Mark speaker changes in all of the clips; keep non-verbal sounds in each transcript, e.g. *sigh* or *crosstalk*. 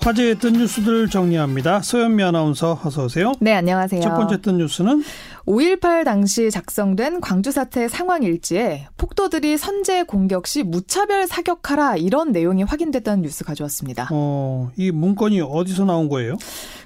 Speaker 1: 화제의 뜬 뉴스들을 정리합니다. 서현미 아나운서 어서 오세요.
Speaker 2: 네, 안녕하세요.
Speaker 1: 첫 번째 뜬 뉴스는
Speaker 2: 5.18 당시 작성된 광주 사태 상황 일지에 폭도들이 선제 공격 시 무차별 사격하라 이런 내용이 확인됐다는 뉴스 가져왔습니다.
Speaker 1: 어, 이 문건이 어디서 나온 거예요?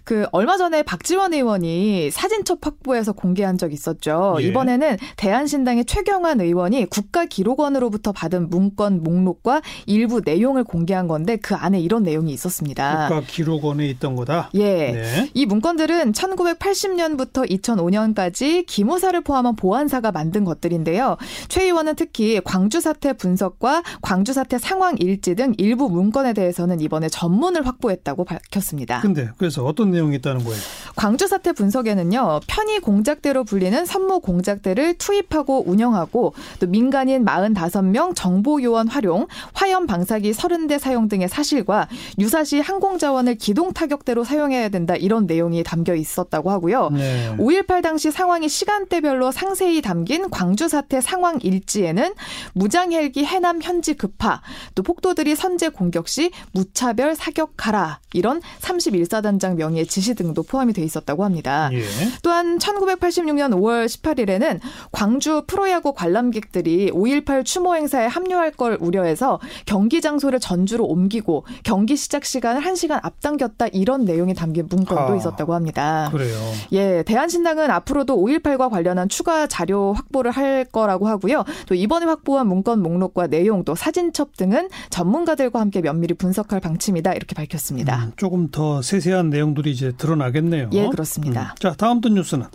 Speaker 2: 그 얼마 전에 박지원 의원이 사진첩 확보해서 공개한 적 있었죠.
Speaker 1: 예.
Speaker 2: 이번에는 대한신당의 최경환 의원이 국가기록원으로부터 받은 문건 목록과 일부 내용을 공개한 건데 그 안에 이런 내용이 있었습니다.
Speaker 1: 국가 기록원에 있던 거다.
Speaker 2: 아. 예.
Speaker 1: 네.
Speaker 2: 이 문건들은 1980년부터 2005년까지 기무사를 포함한 보안사가 만든 것들인데요. 최 의원은 특히 광주 사태 분석과 광주 사태 상황 일지 등 일부 문건에 대해서는 이번에 전문을 확보했다고 밝혔습니다.
Speaker 1: 근데 그래서 어떤 내용이 있다는 거예요?
Speaker 2: 광주 사태 분석에는요. 편의 공작대로 불리는 선모 공작대를 투입하고 운영하고 또 민간인 45명 정보 요원 활용, 화염 방사기 30대 사용 등의 사실과 유사시 항공 자원을 기동 타격대로 사용해야 된다 이런 내용이 담겨 있었다고 하고요.
Speaker 1: 네.
Speaker 2: 5.18 당시 상황이 시간대별로 상세히 담긴 광주 사태 상황 일지에는 무장 헬기 해남 현지 급파, 또 폭도들이 선제 공격 시 무차별 사격하라 이런 31사단장 명의의 지시 등도 포함이 돼 있었다고 합니다.
Speaker 1: 예.
Speaker 2: 또한 1986년 5월 18일에는 광주 프로야구 관람객들이 5.18 추모 행사에 합류할 걸 우려해서 경기 장소를 전주로 옮기고 경기 시작 시간을 1시간 앞당겼다 이런 내용이 담긴 문건도
Speaker 1: 아,
Speaker 2: 있었다고 합니다.
Speaker 1: 그래요.
Speaker 2: 예, 대한신당은 앞으로도 5.18과 관련한 추가 자료 확보를 할 거라고 하고요. 또 이번에 확보한 문건 목록과 내용 또 사진첩 등은 전문가들과 함께 면밀히 분석할 방침이다 이렇게 밝혔습니다.
Speaker 1: 음, 조금 더 세세한 내용들이 이제 드러나겠네요.
Speaker 2: 예, 그렇습니다.
Speaker 1: 음. 자, 다음 뜬 뉴스는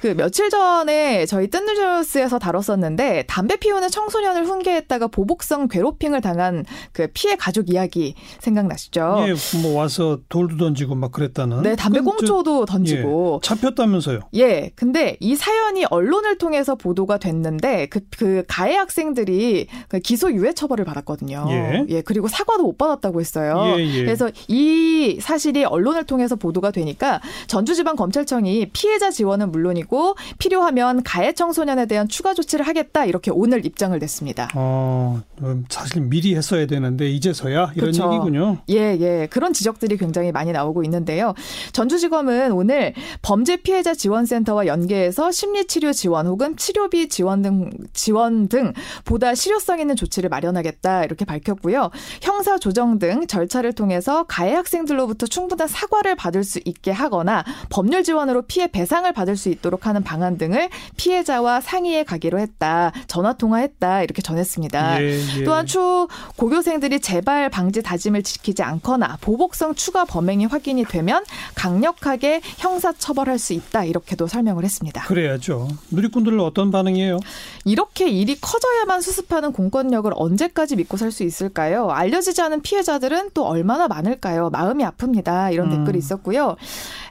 Speaker 2: 그 며칠 전에 저희 뜬뉴스에서 다뤘었는데 담배 피우는 청소년을 훈계했다가 보복성 괴롭힘을 당한 그 피해 가족 이야기 생각나시죠?
Speaker 1: 예, 뭐 와서 돌도 던지고 막 그랬다는.
Speaker 2: 어. 네, 담배
Speaker 1: 그, 저,
Speaker 2: 꽁초도 던지고
Speaker 1: 예, 잡혔다면서요.
Speaker 2: 예, 근데 이 사연이 언론을 통해서 보도가 됐는데 그, 그 가해 학생들이 그 기소유예 처벌을 받았거든요.
Speaker 1: 예.
Speaker 2: 그리고 사과도 못 받았다고 했어요.
Speaker 1: 예, 예.
Speaker 2: 그래서 이 사실이 언론을 통해서 보도가 되니까 전주지방검찰청이 피해자 지원은 물론이고 필요하면 가해 청소년에 대한 추가 조치를 하겠다 이렇게 오늘 입장을 냈습니다.
Speaker 1: 어, 음, 사실 미리 했어야 되는데 이제서야 이런
Speaker 2: 그쵸.
Speaker 1: 얘기군요.
Speaker 2: 예, 예. 그런 지적들이 굉장히 많이 나오고 있는데요. 전주지검은 오늘 범죄 피해자 지원센터와 연계해서 심리치료 지원 혹은 치료비 지원 등 지원 등 보다 실효성 있는 조치를 마련하겠다 이렇게 밝혔고요. 형사 조정 등 절차를 통해서 가해 학생들로부터 충분한 사과를 받을 수 있게 하거나 법률 지원으로 피해 배상을 받을 수 있도록 하는 방안 등을 피해자와 상의해 가기로 했다. 전화 통화했다 이렇게 전했습니다.
Speaker 1: 예, 예.
Speaker 2: 또한 추후 고교생들이 재발 방지 다짐을 지키지 않거나 보복성 추가 범행이 확인이 되면 강력하게 형사 처벌할 수 있다 이렇게도 설명을 했습니다.
Speaker 1: 그래야죠. 누리꾼들은 어떤 반응이에요?
Speaker 2: 이렇게 일이 커져야만 수습하는 공권력을 언제까지 믿고 살 수 있을까요? 알려지지 않은 피해자들은 또 얼마나 많을까요? 마음이 아픕니다. 이런
Speaker 1: 음.
Speaker 2: 댓글이 있었고요.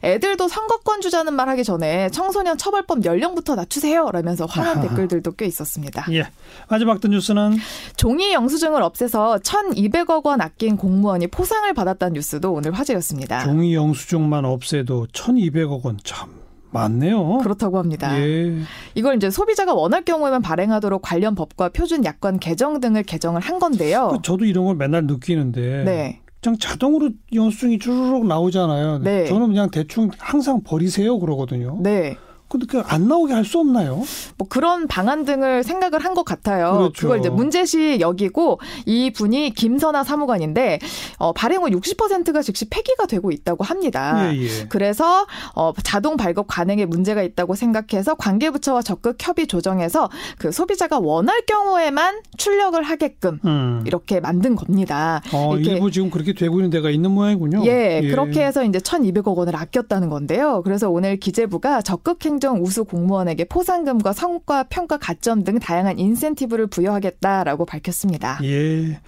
Speaker 2: 애들도 선거권 주자는 말 하기 전에 청소년 처벌법 연령부터 낮추세요. 라면서 화난 댓글들도 꽤 있었습니다.
Speaker 1: 예. 마지막 뜬 뉴스는
Speaker 2: 종이 영수증을 없애서 1,200억 원 아낀 공무원이 포상을 받았다는 뉴스도 오늘 화제였습니다.
Speaker 1: 종이 영수증만 없애도 1,200억 원 참 많네요.
Speaker 2: 그렇다고 합니다.
Speaker 1: 예.
Speaker 2: 이걸 이제 소비자가 원할 경우에만 발행하도록 관련 법과 표준 약관 개정 등을 개정을 한 건데요.
Speaker 1: 그 저도 이런 걸 맨날 느끼는데
Speaker 2: 어. 네.
Speaker 1: 그냥 자동으로 영수증이 주르륵 나오잖아요.
Speaker 2: 네.
Speaker 1: 저는 그냥 대충 항상 버리세요 그러거든요.
Speaker 2: 네.
Speaker 1: 근데 그 안 나오게 할 수 없나요?
Speaker 2: 뭐 그런 방안 등을 생각을 한 것 같아요.
Speaker 1: 그렇죠.
Speaker 2: 그걸 이제 문제시 여기고 이 분이 김선아 사무관인데 어, 발행 후 60%가 즉시 폐기가 되고 있다고 합니다.
Speaker 1: 예, 예.
Speaker 2: 그래서 어, 자동 발급 관행에 문제가 있다고 생각해서 관계부처와 적극 협의 조정해서 그 소비자가 원할 경우에만 출력을 하게끔
Speaker 1: 음.
Speaker 2: 이렇게 만든 겁니다.
Speaker 1: 어,
Speaker 2: 이렇게-
Speaker 1: 일부 지금 그렇게 되고 있는 데가 있는 모양이군요.
Speaker 2: 예, 그렇게 해서 이제 1,200억 원을 아꼈다는 건데요. 그래서 오늘 기재부가 적극 행정 우수 공무원에게 포상금과 성과 평가 가점 등 다양한 인센티브를 부여하겠다라고 밝혔습니다.
Speaker 1: 예.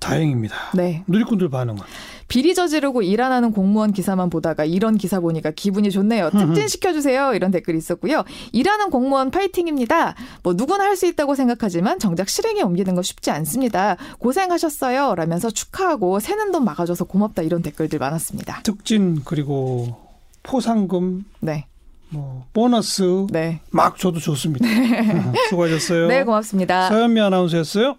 Speaker 1: 다행입니다.
Speaker 2: 네.
Speaker 1: 누리꾼들 반응은
Speaker 2: 비리 저지르고 일 안 하는 공무원 기사만 보다가 이런 기사 보니까 기분이 좋네요. 특진 시켜주세요. 이런 댓글이 있었고요. 일하는 공무원 파이팅입니다. 뭐 누구나 할 수 있다고 생각하지만 정작 실행에 옮기는 거 쉽지 않습니다. 고생하셨어요. 라면서 축하하고 새는 돈 막아줘서 고맙다. 이런 댓글들 많았습니다.
Speaker 1: 특진 그리고 포상금
Speaker 2: 네.
Speaker 1: 뭐 보너스
Speaker 2: 네. *laughs*
Speaker 1: 막 줘도 좋습니다. *laughs* 수고하셨어요.
Speaker 2: 네, 고맙습니다.
Speaker 1: 서현미 아나운서였어요.